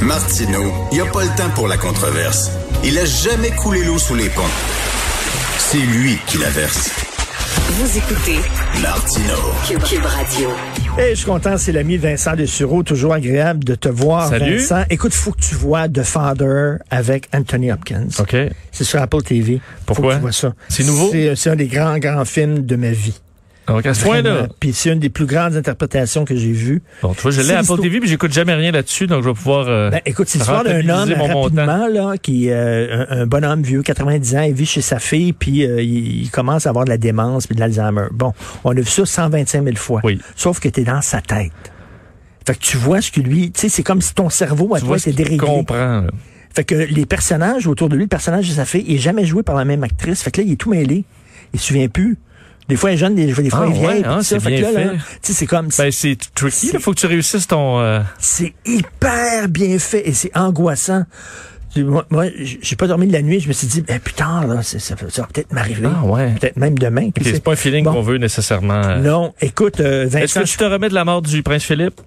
Martineau, il n'y a pas le temps pour la controverse. Il a jamais coulé l'eau sous les ponts. C'est lui qui la verse. Vous écoutez Martino. Cube, Cube Radio. Hey, je suis content, c'est l'ami Vincent Dessureau, toujours agréable de te voir, Salut. Vincent. Écoute, faut que tu vois The Father avec Anthony Hopkins. OK. C'est sur Apple TV. Pourquoi? Faut que tu vois ça. C'est nouveau? C'est euh, c'est un des grands, grands films de ma vie. Donc, à ce Vraiment. point-là. Puis c'est une des plus grandes interprétations que j'ai vues. Bon, tu vois, je C'est l'ai à Apple l'histoire- TV, puis j'écoute jamais rien là-dessus, donc je vais pouvoir. euh, Ben, écoute, c'est l'histoire d'un homme rentabiliser mon montant. rapidement, là, qui euh, un, un bonhomme vieux, 90 ans, il vit chez sa fille, puis euh, il, il commence à avoir de la démence puis de l'Alzheimer. Bon, on a vu ça 125 000 fois. Oui. Sauf que t'es dans sa tête. Fait que tu vois ce que lui, tu sais, c'est comme si ton cerveau à Tu toi vois ce était déréglé. qu'il comprend. là. Fait que les personnages autour de lui, le personnage de sa fille, il est jamais joué par la même actrice. Fait que là, il est tout mêlé. Il se souvient plus. Des fois, il est jeune, des, des fois, Ah, il est vieil. ouais, puis hein, tout ça. c'est Fait que bien là, là, fait. tu sais, c'est comme, Ben, c'est tricky, C'est- il faut que tu réussisses ton. euh, c'est hyper bien fait et c'est angoissant. Tu- Moi, moi, j- j'ai pas dormi de la nuit, je me suis dit, ben, putain, là, c'est- ça, ça va peut-être m'arriver. Ah, ouais. Peut-être même demain. ok, c'est pas un feeling Bon. qu'on veut nécessairement. euh. Non, écoute, euh, Est-ce Vincent, que tu te remets de la mort du prince Philippe?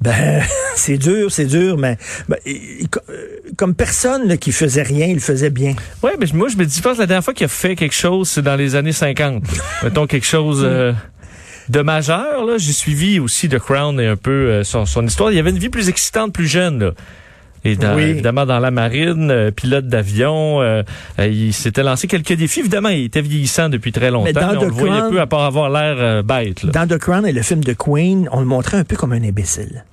ben, c'est dur, c'est dur, mais ben, il- il- co- euh, comme personne là, qui faisait rien, il le faisait bien. Oui, mais moi, je me dis, je pense que la dernière fois qu'il a fait quelque chose, c'est dans les années 50. Mettons quelque chose euh, de majeur. là. J'ai suivi aussi The Crown et un peu euh, son, son histoire. Il y avait une vie plus excitante, plus jeune. là. Et dans- Oui. évidemment, dans la marine, euh, pilote d'avion, euh, euh, il s'était lancé quelques défis. Évidemment, il était vieillissant depuis très longtemps. Mais dans mais on The le voyait Crown- peu à part avoir l'air euh, bête. là. Dans The Crown et le film de Queen, on le montrait un peu comme un imbécile.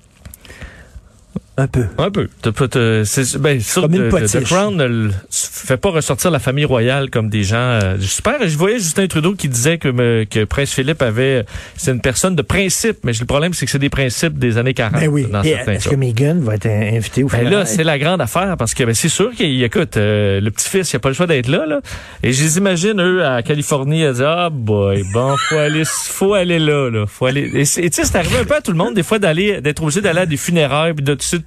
Un peu. Un peu. T'as pas- t'as- c'est- ben, sûr, Comme une de- de- potiche. The Crown ne le- fait pas ressortir la famille royale comme des gens. euh, Super. Je voyais Justin Trudeau qui disait que, me- que Prince Philippe avait. C'est une personne de principe, mais le problème, c'est que c'est des principes des années 40. Ben oui. Ah, Dans Et certains Est-ce cas. que Megan va être euh, invitée au Ben funérailles? là, c'est la grande affaire parce que ben, c'est sûr qu'il écoute euh, le petit-fils, il a pas le choix d'être là, là. Et je les imagine eux à Californie à dire ah boy, bon faut aller faut aller là là, faut aller. Et c'est- et tu sais c'est arrivé un peu à tout le monde des fois d'aller d'être obligé d'aller à des funérailles puis de tout de suite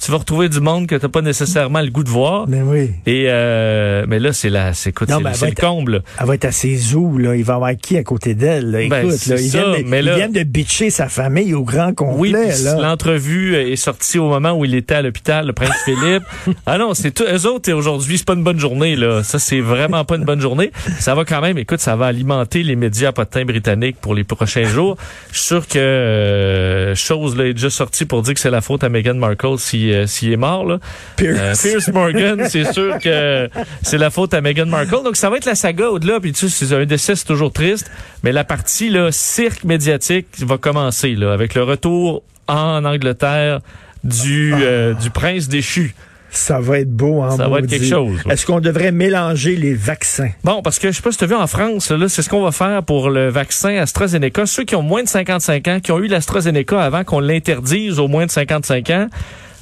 tu vas retrouver du monde que t'as pas nécessairement le goût de voir. Ben oui. Et euh, mais là c'est la c'est écoute, Non, c'est mais elle c'est va le être- comble. Elle va être à ses eaux, là. Il va y avoir qui à côté d'elle, là? Écoute, Ben, c'est là, il, ça, vient de, mais il là- vient de bitcher sa famille au grand Oui, complet, puis là. l'entrevue est sortie au moment où il était à l'hôpital, le prince Philippe. Ah non, c'est tout. Eux autres, et aujourd'hui, c'est pas une bonne journée, là. Ça, c'est vraiment pas une bonne journée. Ça va quand même, écoute, ça va alimenter les médias potins britanniques pour les prochains jours. Je suis sûr que euh, chose là, est déjà sortie pour dire que c'est la faute à Meghan Markle si, euh, s'il est mort, là. Euh, Pierce. Pierce Morgan, c'est sûr que c'est la faute à Meghan Markle. Donc, ça va être la saga au-delà. Puis, tu sais, c'est un décès, c'est toujours triste. Mais la partie, là, cirque médiatique va commencer, là, avec le retour en Angleterre du, euh, du prince déchu. Ça va être beau, en Ça va être maudit. quelque chose, ouais. Est-ce qu'on devrait mélanger les vaccins? Bon, parce que je sais pas si tu as vu en France, là, c'est ce qu'on va faire pour le vaccin AstraZeneca. Ceux qui ont moins de 55 ans, qui ont eu l'AstraZeneca avant qu'on l'interdise aux moins de 55 ans,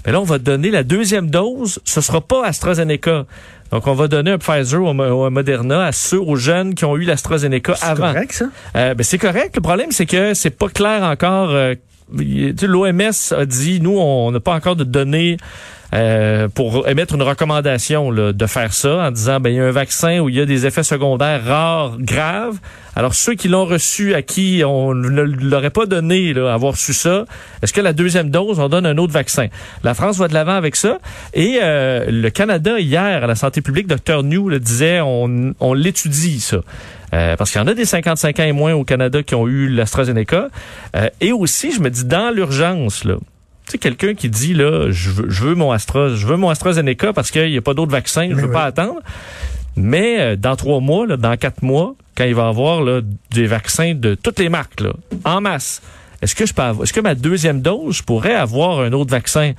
mais là, on va donner la deuxième dose. Ce sera pas AstraZeneca. Donc, on va donner un Pfizer ou un Mo- ou un Moderna à ceux, aux jeunes qui ont eu l'AstraZeneca C'est avant. correct, ça? Euh, ben, c'est correct. Le problème, c'est que c'est pas clair encore. euh, y- tu sais, L'OMS a dit, nous, on n'a pas encore de données euh, pour émettre une recommandation là, de faire ça en disant, ben il y a un vaccin où il y a des effets secondaires rares, graves. Alors, ceux qui l'ont reçu, à qui on ne l'aurait pas donné, là, avoir su ça, est-ce que la deuxième dose, on donne un autre vaccin? La France va de l'avant avec ça. Et euh, le Canada, hier, à la santé publique, Dr New le disait, on, on l'étudie, ça. Euh, parce qu'il y en a des 55 ans et moins au Canada qui ont eu l'AstraZeneca. Euh, et aussi, je me dis, dans l'urgence, là, tu sais, quelqu'un qui dit, là, je veux, je veux mon Astra, je veux mon AstraZeneca parce qu'il n'y a pas d'autres vaccins, je Mais veux oui. pas attendre. Mais euh, dans trois mois, là, dans quatre mois, quand il va y avoir là, des vaccins de toutes les marques, là, en masse, est-ce que je peux avoir- est-ce que ma deuxième dose, je pourrais avoir un autre vaccin?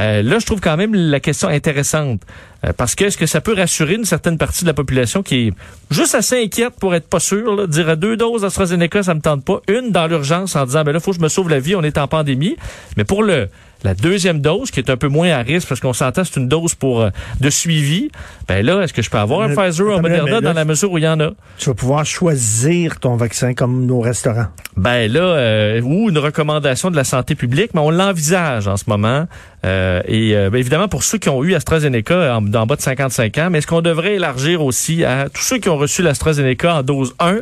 Euh, là, je trouve quand même la question intéressante. Euh, parce que est-ce que ça peut rassurer une certaine partie de la population qui est juste assez inquiète pour être pas sûre, là, dire deux doses AstraZeneca, ça me tente pas, une dans l'urgence en disant ben là, faut que je me sauve la vie, on est en pandémie. Mais pour le La deuxième dose, qui est un peu moins à risque parce qu'on s'entend, c'est une dose pour euh, de suivi. Ben là, est-ce que je peux avoir un Mais- Pfizer ou un mais là, Moderna mais là, dans la mesure où il y en a? Tu vas pouvoir choisir ton vaccin comme nos restaurants. Ben là, euh, ou une recommandation de la santé publique, mais on l'envisage en ce moment. Euh, et euh, ben, évidemment, pour ceux qui ont eu AstraZeneca euh, en, d'en bas de 55 ans, mais est-ce qu'on devrait élargir aussi à tous ceux qui ont reçu l'AstraZeneca en dose 1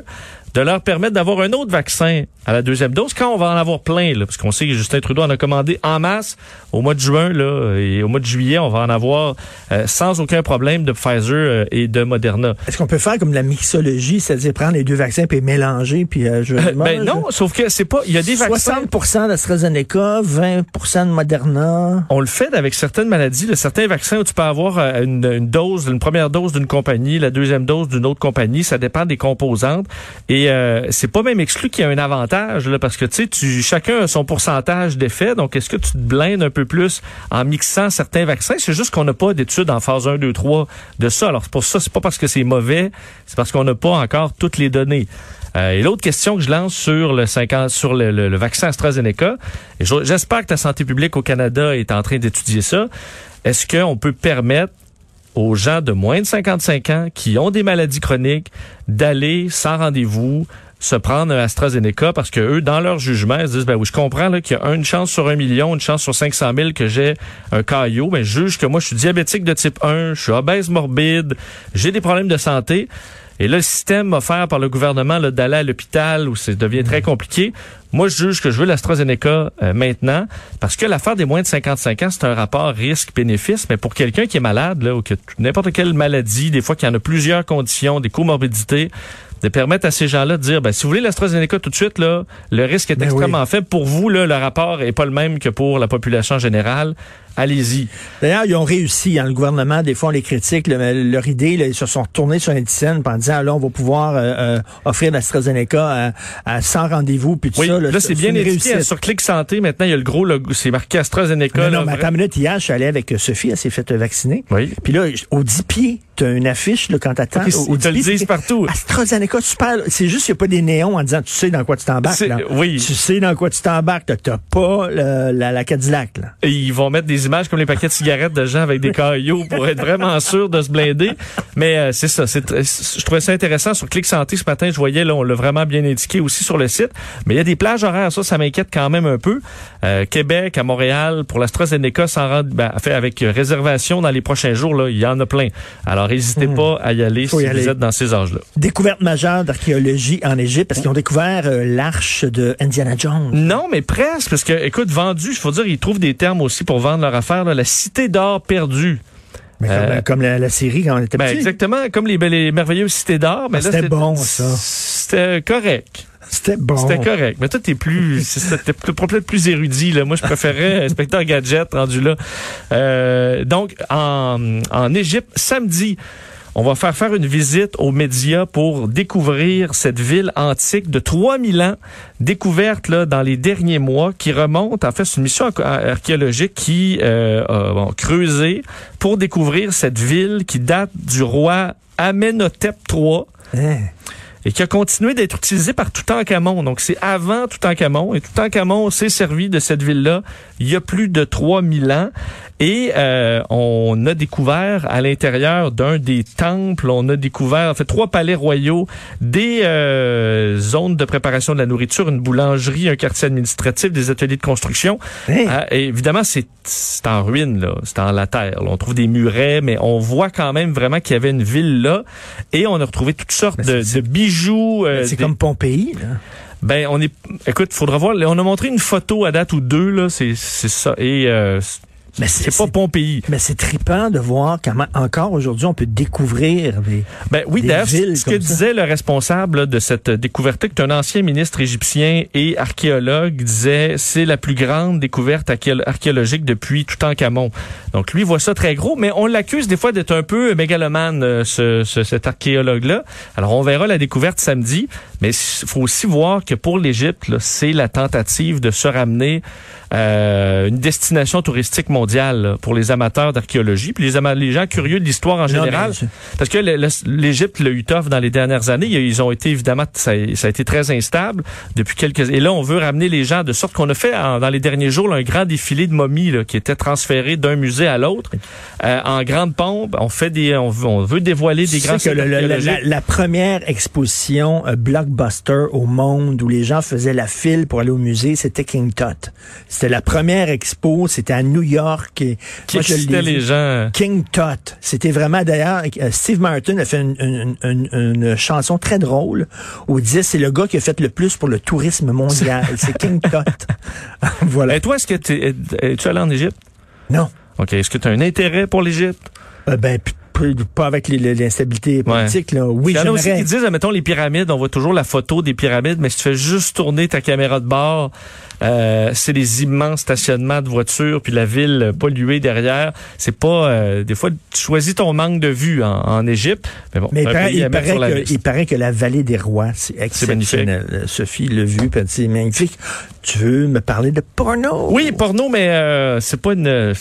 de leur permettre d'avoir un autre vaccin à la deuxième dose quand on va en avoir plein, là, parce qu'on sait que Justin Trudeau en a commandé en masse au mois de juin, là, et au mois de juillet, on va en avoir euh, sans aucun problème de Pfizer euh, et de Moderna. Est-ce qu'on peut faire comme la mixologie, c'est-à-dire prendre les deux vaccins puis les mélanger puis euh, je Ben non, sauf que c'est pas, il y a des vaccins. 60% d'AstraZeneca, 20% de Moderna. On le fait avec certaines maladies, de certains vaccins où tu peux avoir euh, une, une dose, une première dose d'une compagnie, la deuxième dose d'une autre compagnie. Ça dépend des composantes. Et euh, c'est pas même exclu qu'il y a un avantage, là, parce que tu sais, tu- chacun a son pourcentage d'effet. Donc, est-ce que tu te blindes un peu plus en mixant certains vaccins? C'est juste qu'on n'a pas d'études en phase 1, 2, 3 de ça. Alors, c'est pour ça, c'est pas parce que c'est mauvais, c'est parce qu'on n'a pas encore toutes les données. Euh, et l'autre question que je lance sur le 50 sur le, le- le vaccin AstraZeneca, et je- j'espère que la santé publique au Canada est en train d'étudier ça. Est-ce qu'on peut permettre aux gens de moins de 55 ans qui ont des maladies chroniques d'aller sans rendez-vous se prendre un AstraZeneca parce que eux, dans leur jugement, ils se disent, ben oui, je comprends là, qu'il y a une chance sur un million, une chance sur 500 000 que j'ai un caillot, mais je juge que moi, je suis diabétique de type 1, je suis obèse morbide, j'ai des problèmes de santé. Et là, le système offert par le gouvernement là, d'aller à l'hôpital où ça devient Mm. très compliqué, moi, je juge que je veux l'AstraZeneca euh, maintenant parce que l'affaire des moins de 55 ans, c'est un rapport risque-bénéfice, mais pour quelqu'un qui est malade là, ou qui a t- n'importe quelle maladie, des fois qu'il y en a plusieurs conditions, des comorbidités, de permettre à ces gens-là de dire, ben, si vous voulez l'AstraZeneca tout de suite, là, le risque est Ben extrêmement faible. Pour vous, là, le rapport est pas le même que pour la population générale. Allez-y. D'ailleurs, ils ont réussi. hein, le gouvernement, des fois, on les critique. le- mais leur idée, là, ils se sont tournés sur l'indicène en disant, là, on va pouvoir euh, euh, offrir l'AstraZeneca à, à 100 rendez-vous. Puis tout Oui, ça, là, c'est bien une éduqué. réussite. Sur Clic Santé, maintenant, il y a le gros logo, c'est marqué AstraZeneca. Non, non, là, mais vrai- attends une minute, hier, je suis allé avec euh, Sophie, elle s'est faite euh, vacciner. Oui. Puis là, j- au 10 pieds, tu as une affiche là, quand t'attends. Ils- au- au ils 10 te le pieds, disent c'est- partout. AstraZeneca, super. là. C'est juste qu'il n'y a pas des néons en disant tu sais dans quoi tu t'embarques. C'est- là. oui. Tu sais dans quoi tu t'embarques. là. T'as pas euh, la, la Cadillac. Là. Et ils vont mettre des images comme les paquets de cigarettes de gens avec des caillots pour être vraiment sûr de se blinder. Mais euh, c'est ça. C'est, tr- c'est- je trouvais ça intéressant sur Clic Santé ce matin. Je voyais, là, on l'a vraiment bien indiqué aussi sur le site. Mais il y a des plages horaires. Ça, ça m'inquiète quand même un peu. Euh, Québec, à Montréal, pour l'AstraZeneca, s'en rend, ben, fait avec euh, réservation dans les prochains jours. Là, il y en a plein. Alors, n'hésitez pas à y aller Hmm. Faut si y vous aller. êtes dans ces âges-là. Découverte majeure d'archéologie en Égypte parce qu'ils ont découvert euh, l'arche de Indiana Jones. Non, mais presque, parce que, écoute, vendu, il faut dire, ils trouvent des termes aussi pour vendre leur affaire. là. la cité d'or perdue. Mais comme, Euh, euh, comme la, la série quand on était Ben, petit. exactement, comme les, belles et merveilleuses cités d'or. Ah, mais Ben, là, c'était c'est- bon, ça. C'était correct. C'était bon. Hein? C'était correct. Mais toi, t'es plus, c'est- t'es peut- peut-être plus érudit, là. Moi, je préférais Inspecteur Gadget rendu là. Euh, donc, en, en Égypte, samedi, on va faire faire une visite aux médias pour découvrir cette ville antique de 3000 ans, découverte là, dans les derniers mois, qui remonte, en fait, c'est une mission arch- archéologique qui euh, a bon, creusé pour découvrir cette ville qui date du roi Amenhotep III Hein. et qui a continué d'être utilisé par Toutankhamon. Donc, c'est avant Toutankhamon. Et Toutankhamon s'est servi de cette ville-là il y a plus de 3000 ans. Et euh, on a découvert à l'intérieur d'un des temples, on a découvert, en fait, trois palais royaux, des euh, zones de préparation de la nourriture, une boulangerie, un quartier administratif, des ateliers de construction. Hey. Ah, et évidemment, c'est c'est en ruine, là. C'est en la terre. là. On trouve des murets, mais on voit quand même vraiment qu'il y avait une ville là. Et on a retrouvé toutes sortes de, de bijoux. euh, C'est des- comme Pompéi. Là. Ben, on est. Écoute, faudra voir. On a montré une photo à date ou deux, là. C'est c'est ça. Et euh, c'est- Mais c'est pas Pompéi. Mais c'est trippant de voir comment encore aujourd'hui on peut découvrir des. Ben oui, Des d'ailleurs, c'est villes ce que comme ça. disait le responsable là, de cette euh, découverte, qui est un ancien ministre égyptien et archéologue, disait c'est la plus grande découverte archéo- archéologique depuis Toutankhamon. Donc lui voit ça très gros, mais on l'accuse des fois d'être un peu mégalomane, euh, ce, ce- cet archéologue-là. Alors on verra la découverte samedi, Mais il faut aussi voir que pour l'Égypte, là, c'est la tentative de se ramener euh, une destination touristique mondiale là, pour les amateurs d'archéologie, puis les, ama- les gens curieux de l'histoire en Non, général. mais c'est- Parce que le- le- l'Égypte l'a eu tough dans les dernières années. Ils ont été évidemment, ça, a- ça a été très instable depuis quelques. Et là, on veut ramener les gens de sorte qu'on a fait en- dans les derniers jours là, un grand défilé de momies là, qui était transféré d'un musée à l'autre euh, en grande pompe. On fait des, on, veut- on veut dévoiler des Tu grands. sais que le- sites le- la, archéologiques. la- la première exposition euh, blockbuster au monde où les gens faisaient la file pour aller au musée, c'était King Tut. C'était la première expo, c'était à New York. Et qui moi, je l'ai excitait vu. les gens. King Tut. C'était vraiment, d'ailleurs, euh, Steve Martin a fait une, une- une- une chanson très drôle où il disait c'est le gars qui a fait le plus pour le tourisme mondial. c'est King Tut. voilà. Et toi, est-ce que t'es- es, tu allé en Égypte? Non. OK. Est-ce que tu as un intérêt pour l'Égypte? Euh, ben, p- p- pas avec les- les- l'instabilité politique, là. Oui, Il y en a aussi j'aimerais. qui disent, mettons, les pyramides, on voit toujours la photo des pyramides, mais si tu fais juste tourner ta caméra de bord, euh, c'est des immenses stationnements de voitures, puis la ville euh, polluée derrière. C'est pas... euh, des fois, tu choisis ton manque de vue en, en Égypte, mais bon, Mais il un paraît, pays à il, mettre sur la paraît que, liste. il paraît que la vallée des rois, c'est exceptionnel. Euh, Sophie l'a vu, puis elle dit, c'est magnifique. Tu veux me parler de porno? Oui, porno, mais euh, c'est pas une...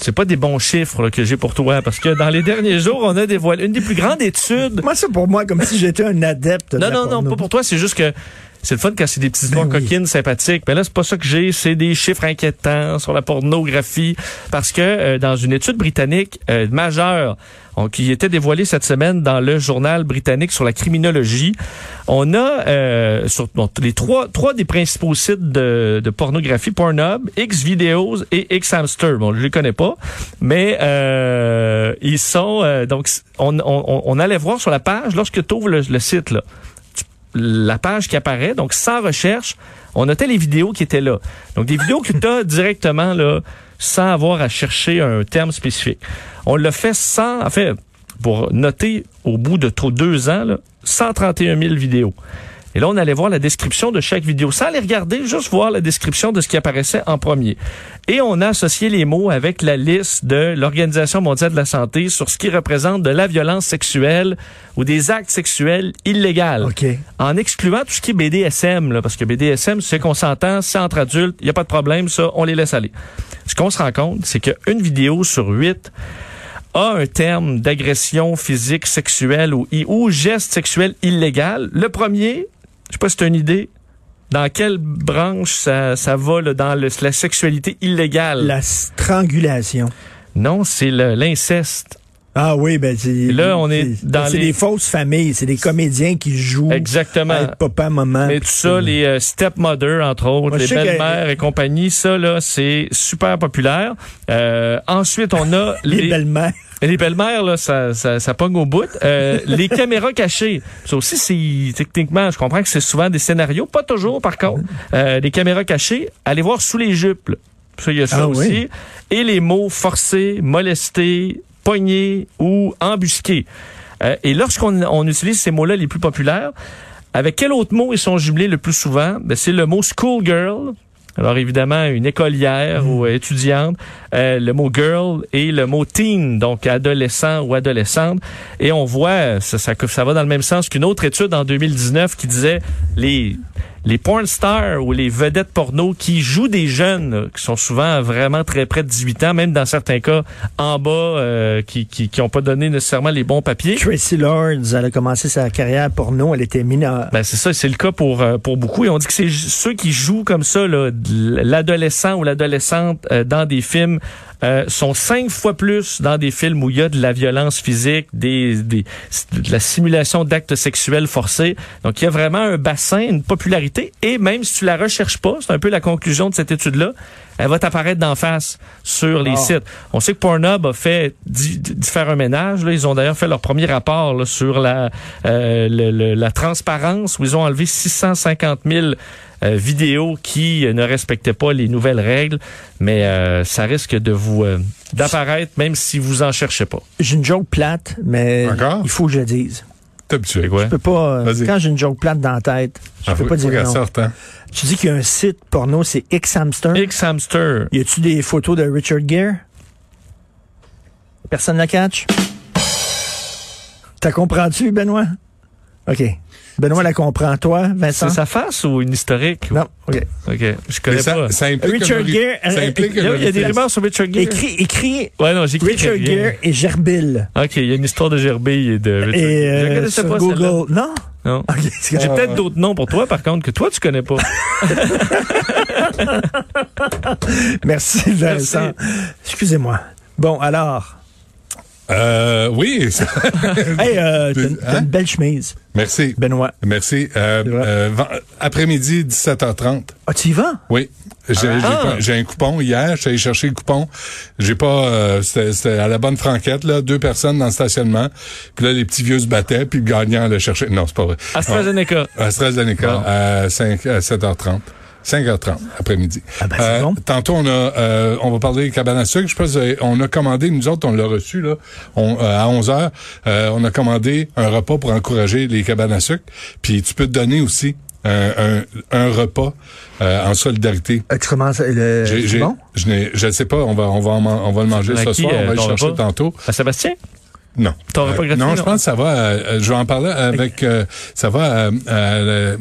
C'est pas des bons chiffres là, que j'ai pour toi, parce que dans les derniers jours, on a dévoilé une des plus grandes études Moi, c'est pour moi comme si j'étais un adepte. de Non, la non, non, porno. pas pour toi. C'est juste que c'est le fun quand c'est des petites Ben histoires oui. coquines, sympathiques. Mais là, c'est pas ça que j'ai. C'est des chiffres inquiétants sur la pornographie. Parce que euh, dans une étude britannique euh, majeure on- qui était dévoilée cette semaine dans le journal britannique sur la criminologie, on a euh, sur bon, les trois, trois des principaux sites de, de pornographie, Pornhub, Xvideos et Xhamster. Bon, je les connais pas, mais euh, ils sont... euh, donc, on, on- on, on allait voir sur la page, lorsque tu ouvres le, le site, là, la page qui apparaît, donc sans recherche, on notait les vidéos qui étaient là. Donc des vidéos que tu as directement là, sans avoir à chercher un terme spécifique. On le fait sans, en fait, pour noter au bout de trop deux ans, là, 131 000 vidéos. Et là, on allait voir la description de chaque vidéo, sans les regarder, juste voir la description de ce qui apparaissait en premier. Et on a associé les mots avec la liste de l'Organisation mondiale de la santé sur ce qui représente de la violence sexuelle ou des actes sexuels illégaux OK. en excluant tout ce qui est BDSM, là, parce que BDSM, c'est qu'on s'entend, c'est entre adultes, il n'y a pas de problème, ça, on les laisse aller. Ce qu'on se rend compte, c'est qu'une vidéo sur huit a un terme d'agression physique, sexuelle ou, ou geste sexuel illégal. Le premier, je sais pas si tu une idée, dans quelle branche ça, ça va, là, dans le- la sexualité illégale? La strangulation. Non, c'est le- l'inceste. Ah oui, ben c'est. là, on est c'est- dans C'est les- des fausses familles, c'est des comédiens qui jouent. Exactement. à être papa, maman. Mais tout puis ça, c'est- les euh, stepmothers, entre autres, Moi, je les sais que- belles-mères et compagnie, ça, là, c'est super populaire. Euh, ensuite, on a les, belles-mères. les belles-mères, là, ça, ça, ça pogne au bout. Euh, les caméras cachées. Ça aussi, c'est techniquement, je comprends que c'est souvent des scénarios, pas toujours par contre. Euh, les caméras cachées, allez voir sous les jupes. là. Ça, il y a ça Ah oui. aussi. Et les mots forcés, molestés, poignés ou embusqués. Euh, et lorsqu'on on utilise ces mots-là les plus populaires, avec quel autre mot ils sont jumelés le plus souvent? Ben, c'est le mot schoolgirl. Alors évidemment, une écolière ou euh, étudiante, euh, le mot girl et le mot teen, donc adolescent ou adolescente. Et on voit, euh, ça, ça, ça va dans le même sens qu'une autre étude en 2019 qui disait les les porn stars ou les vedettes porno qui jouent des jeunes, euh, qui sont souvent vraiment très près de 18 ans, même dans certains cas en bas, euh, qui n'ont qui, qui ont pas donné nécessairement les bons papiers. Tracy Lords, elle a commencé sa carrière porno, elle était mineure. Ben c'est ça, c'est le cas pour euh, pour beaucoup. Et on dit que c'est ju- ceux qui jouent comme ça, là, de l'adolescent ou l'adolescente euh, dans des films euh, sont cinq fois plus dans des films où il y a de la violence physique, des, des de la simulation d'actes sexuels forcés. Donc il y a vraiment un bassin, une popularité. Et même si tu la recherches pas, c'est un peu la conclusion de cette étude là, elle va t'apparaître d'en face sur les Ah. sites. On sait que Pornhub a fait di- di- faire un ménage. Là. Ils ont d'ailleurs fait leur premier rapport là, sur la, euh, le- le- la transparence où ils ont enlevé 650 000 euh, vidéos qui euh, ne respectaient pas les nouvelles règles. Mais euh, ça risque de vous euh, d'apparaître même si vous en cherchez pas. J'ai une joke plate, mais Encore? il faut que je le dise. T'es habitué. C'est quoi? Je peux pas. euh, Vas-y. Quand j'ai une joke plate dans la tête, je Ah, peux faut- pas faut dire qu'elle non. sorte, hein? Tu dis qu'il y a un site porno, c'est X-Hamster. X Hamster. Y a-tu des photos de Richard Gere? Personne ne la catch? T'as compris-tu, Benoît? OK. Benoît la comprend, toi, Vincent? C'est sa face ou une historique? Non, OK. OK. Je connais Mais ça, pas. ça implique Richard un ori- Gere, ça euh, implique Il y un a, il y a des oriflamme. rumeurs sur Richard Gere. Écrit, écrit Ouais, non, j'écris Richard rien. Gere et Gerbil. OK, il y a une histoire de Gerbil et de Richard Et Gere. Je euh, connaissais sur pas celle-là. Google. Ah. Non? Non. OK. c'est que J'ai j'ai- peut-être d'autres noms pour toi, par contre, que toi, tu connais pas. Merci, Vincent. Excusez-moi. Bon, alors. Euh, oui, ça- Hey, euh, t'as une- t'as Hein? une belle chemise, merci. Benoît. Merci. Euh, C'est vrai. euh, ven- Après-midi, 17h30. Ah, tu y vas? Oui. J'ai j'ai Ah. pas- j'ai un coupon hier. Je suis allé chercher le coupon. J'ai pas. euh, C'était c'était à la bonne franquette, là. Deux personnes dans le stationnement. Puis là, les petits vieux se battaient, puis le gagnant allait chercher. Non, c'est pas vrai. AstraZeneca. Ah, AstraZeneca Bon. à, 5, à 7h30. 5h30 après-midi. Ah ben, c'est Euh, bon. Tantôt on a, euh, on va parler des cabanes à sucre. Je pense euh, on a commandé nous autres, on l'a reçu là, on, euh, à 11 h on a commandé un repas pour encourager les cabanes à sucre. Puis tu peux te donner aussi un, un- un repas euh, en solidarité. Euh, Tu commences le. J'ai- c'est j'ai- bon? Je n'ai- je ne sais pas, on va on va en man- on va le manger À ce qui, soir, euh, on va le ton chercher repas? tantôt. À Ah, Sébastien? Non. Ton repas Euh, gratuit, Non, je non? pense que ça va. euh, euh, je vais en parler avec. euh, ça va euh, euh,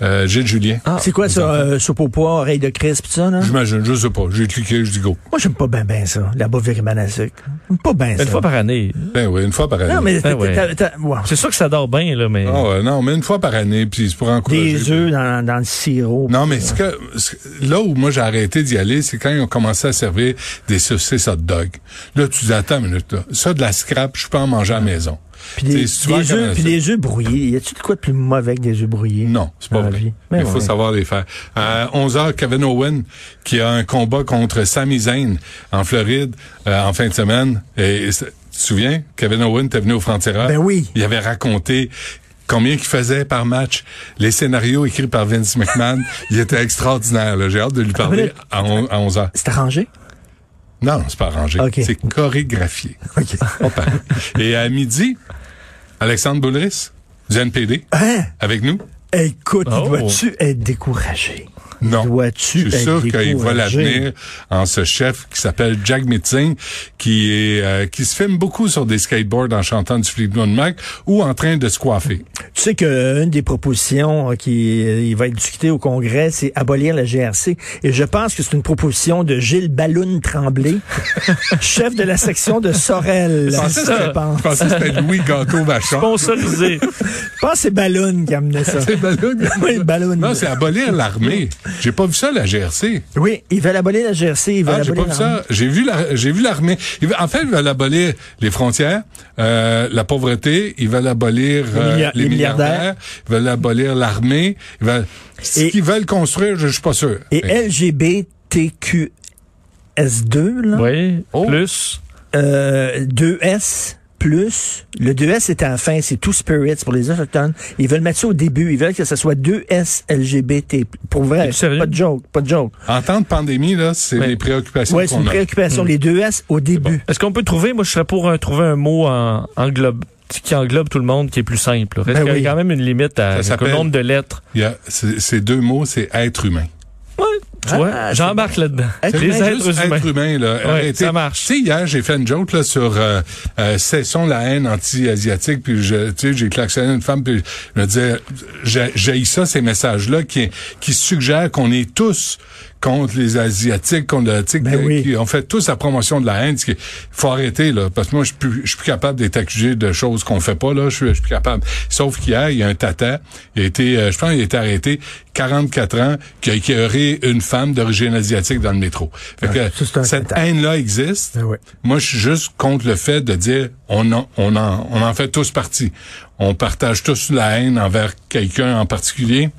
euh, Gilles Julien. C'est quoi ça? Euh, soupe au poids, oreille de crisp, tout ça, là? J'imagine, je sais pas. J'ai cliqué, je dis go. Moi, j'aime pas bien ben ça, la bovéribane à sucre. J'aime Pas bien ça. Une fois par année. Ben oui, une fois par année. Non, mais. Ah t'as- ouais. t'as- t'as- ouais. C'est sûr que ça dort bien, là, mais. Ah ouais, non, mais une fois par année, puis c'est pour encourager. Des œufs dans, dans le sirop. Non, mais ce que, ce que- là où moi j'ai arrêté d'y aller, c'est quand ils ont commencé à servir des saucisses hot dog. Là, tu dis, attends une minute, là. Ça, de la scrap, je peux en manger à la maison. Puis Tu des, sais, si tu vas à des la cabane à œufs, puis sucre- des œufs brouillés. Y a-tu de quoi de plus mauvais que des œufs brouillés? Non, c'est pas Dans la vrai. vie. Mais Mais Il faut ouais. savoir les faire. À 11h, Kevin Owen, qui a un combat contre Sami Zayn en Floride euh, en fin de semaine. Et, et c'est- tu te souviens, Kevin Owen était venu au Frontières. Ben oui. Il avait raconté combien qu'il faisait par match. Les scénarios écrits par Vince McMahon, il était extraordinaire. là. J'ai hâte de lui parler minute. à, on- à 11h. C'est arrangé? Non, c'est pas arrangé. Ok. C'est chorégraphié. OK. On parle. et à midi, Alexandre Boulris du NPD, Hein? avec nous. Écoute, Oh. dois-tu être découragé? Non. Dois-tu Je suis être sûr qu'il voit découragé? l'avenir en ce chef qui s'appelle Jack Mitzing, qui est euh, qui se filme beaucoup sur des skateboards en chantant du Fleetwood Mac ou en train de se coiffer. Tu sais qu'une des propositions euh, qui euh, il va être discutée au Congrès, c'est abolir la GRC. Et je pense que c'est une proposition de Gilles Balloune Tremblay, chef de la section de Sorel. Je pensais, que Je c'était- pense. je pensais que c'était Louis Gâteau Vachon. Sponsorisé. Je pense que c'est Balloune qui a amené ça. C'est Balloune. Oui, Balloune. Non, c'est abolir l'armée. J'ai pas vu ça la GRC. Oui, ils veulent abolir la GRC, ils veulent Ah, j'ai pas abolir vu la- ça. J'ai vu la- j'ai vu l'armée. Ils veulent- En fait, ils veulent abolir les frontières, euh, la pauvreté. Ils veulent abolir euh, milliard- les les milliardaires. milliardaires. Ils veulent abolir l'armée. Ils veulent. Ce Et- qu'ils veulent construire, je, je suis pas sûr. Et LGBTQS2, là, oui. Oh. Plus. euh, 2S plus, le 2S est à la fin, c'est Two Spirits pour les Autochtones. Ils veulent mettre ça au début, ils veulent que ça soit 2S LGBT. Pour vrai, Es-tu sérieux? pas de joke, pas de joke. En temps de pandémie, là, c'est Hmm. Ouais. les préoccupations Ouais, c'est qu'on une a. préoccupation. Les deux S au début. Est-ce qu'on peut trouver, moi, je serais pour euh, trouver un mot en, englobe, qui englobe tout le monde, qui est plus simple. là. Parce Ben qu'il y oui. a quand même une limite à Ça au s'appelle- nombre de lettres. Il y a- c'est- Ces deux mots, c'est être humain. Ouais. Tu vois, Ah, j'embarque là-dedans. Être Les humain, êtres Juste humains. être humain, là. arrêtez. ça marche. Tu sais, hier, j'ai fait une joke, là, sur euh, euh, Cessons la haine anti-asiatique, puis je, tu sais, j'ai klaxonné une femme, puis je me disais, j'ai j'haïs ça, ces messages-là, qui, qui suggèrent qu'on est tous contre les Asiatiques, contre le, tu sais, Ben qui- oui. qui- on fait tous la promotion de la haine, ce qui faut arrêter, là, parce que moi, je suis plus, je suis plus capable d'être accusé de choses qu'on fait pas, là, je suis, je suis plus capable. Sauf qu'hier, il y a un tata, il a été, euh, je pense, il a été arrêté, 44 ans, qui a écœuré une femme d'origine asiatique dans le métro. Fait ça, que, c'est un cette tata. haine-là existe. Ben oui. Moi, je suis juste contre le fait de dire, on en, on en, on en fait tous partie. On partage tous la haine envers quelqu'un en particulier.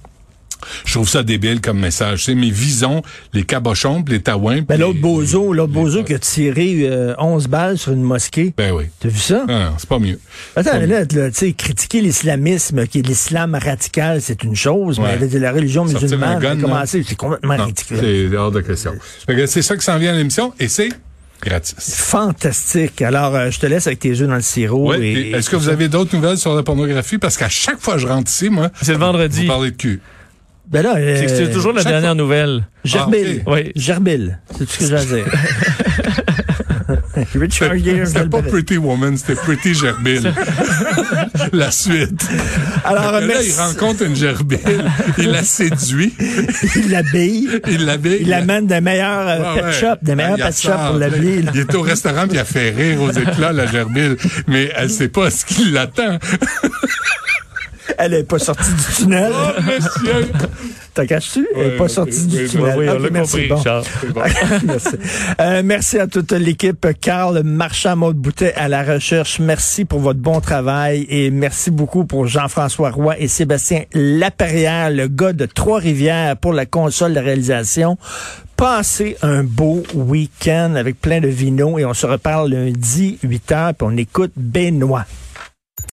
Je trouve ça débile comme message. C'est mais visons les cabochons, puis les taouins. Ben, puis l'autre les- bozo, l'autre les- bozo qui a tiré euh, 11 balles sur une mosquée. Ben oui. T'as vu ça? Ah, non, c'est pas mieux. Attends, mais là, là, tu sais, critiquer l'islamisme, qui est l'islam radical, c'est une chose, Ouais. mais de la religion Sortir un musulmane, gun, c'est là. commencé, c'est complètement Non, ridicule. c'est hors de question. Fait que c'est ça qui s'en vient à l'émission et c'est gratis. Fantastique. Alors, euh, je te laisse avec tes yeux dans le sirop. Ouais, et- et Est-ce que vous avez d'autres nouvelles sur la pornographie? Parce qu'à chaque fois que je rentre ici, moi, C'est le vendredi. vous parlez de cul. Ben là, euh, C'est que c'est toujours la chaque dernière nouvelle. Gerbil. Ah, ok. Oui. Gerbil. C'est tout ce que j'ai à dire. Richard Gere. je C'était le pas connais. Pretty Woman, c'était Pretty Gerbil. la suite. Alors, là, Ah, merci. il rencontre une Gerbil, il la séduit, Il l'habille. il l'habille. Ah, Il amène des meilleurs euh, Ouais, pet ouais. Ben, shops, des meilleurs Il pet sort, shops pour là. l'habiller. là. Il est au restaurant puis il a fait rire aux éclats, la Gerbil. Mais elle sait pas ce qui l'attend. Elle est pas sortie du tunnel. Oh, monsieur! T'as caché-tu? Elle est Ouais, pas ok. sortie du Oui, tunnel. Ah oui, on Ok, l'a Ah, merci. compris, Bon. Richard. C'est bon. merci. Ah, Euh, merci à toute l'équipe. Carl Marchand, Maud Boutet à la recherche. Merci pour votre bon travail et merci beaucoup pour Jean-François Roy et Sébastien Laperrière, le gars de Trois-Rivières pour la console de réalisation. Passez un beau week-end avec plein de vinos et on se reparle lundi 8h puis on écoute Benoît.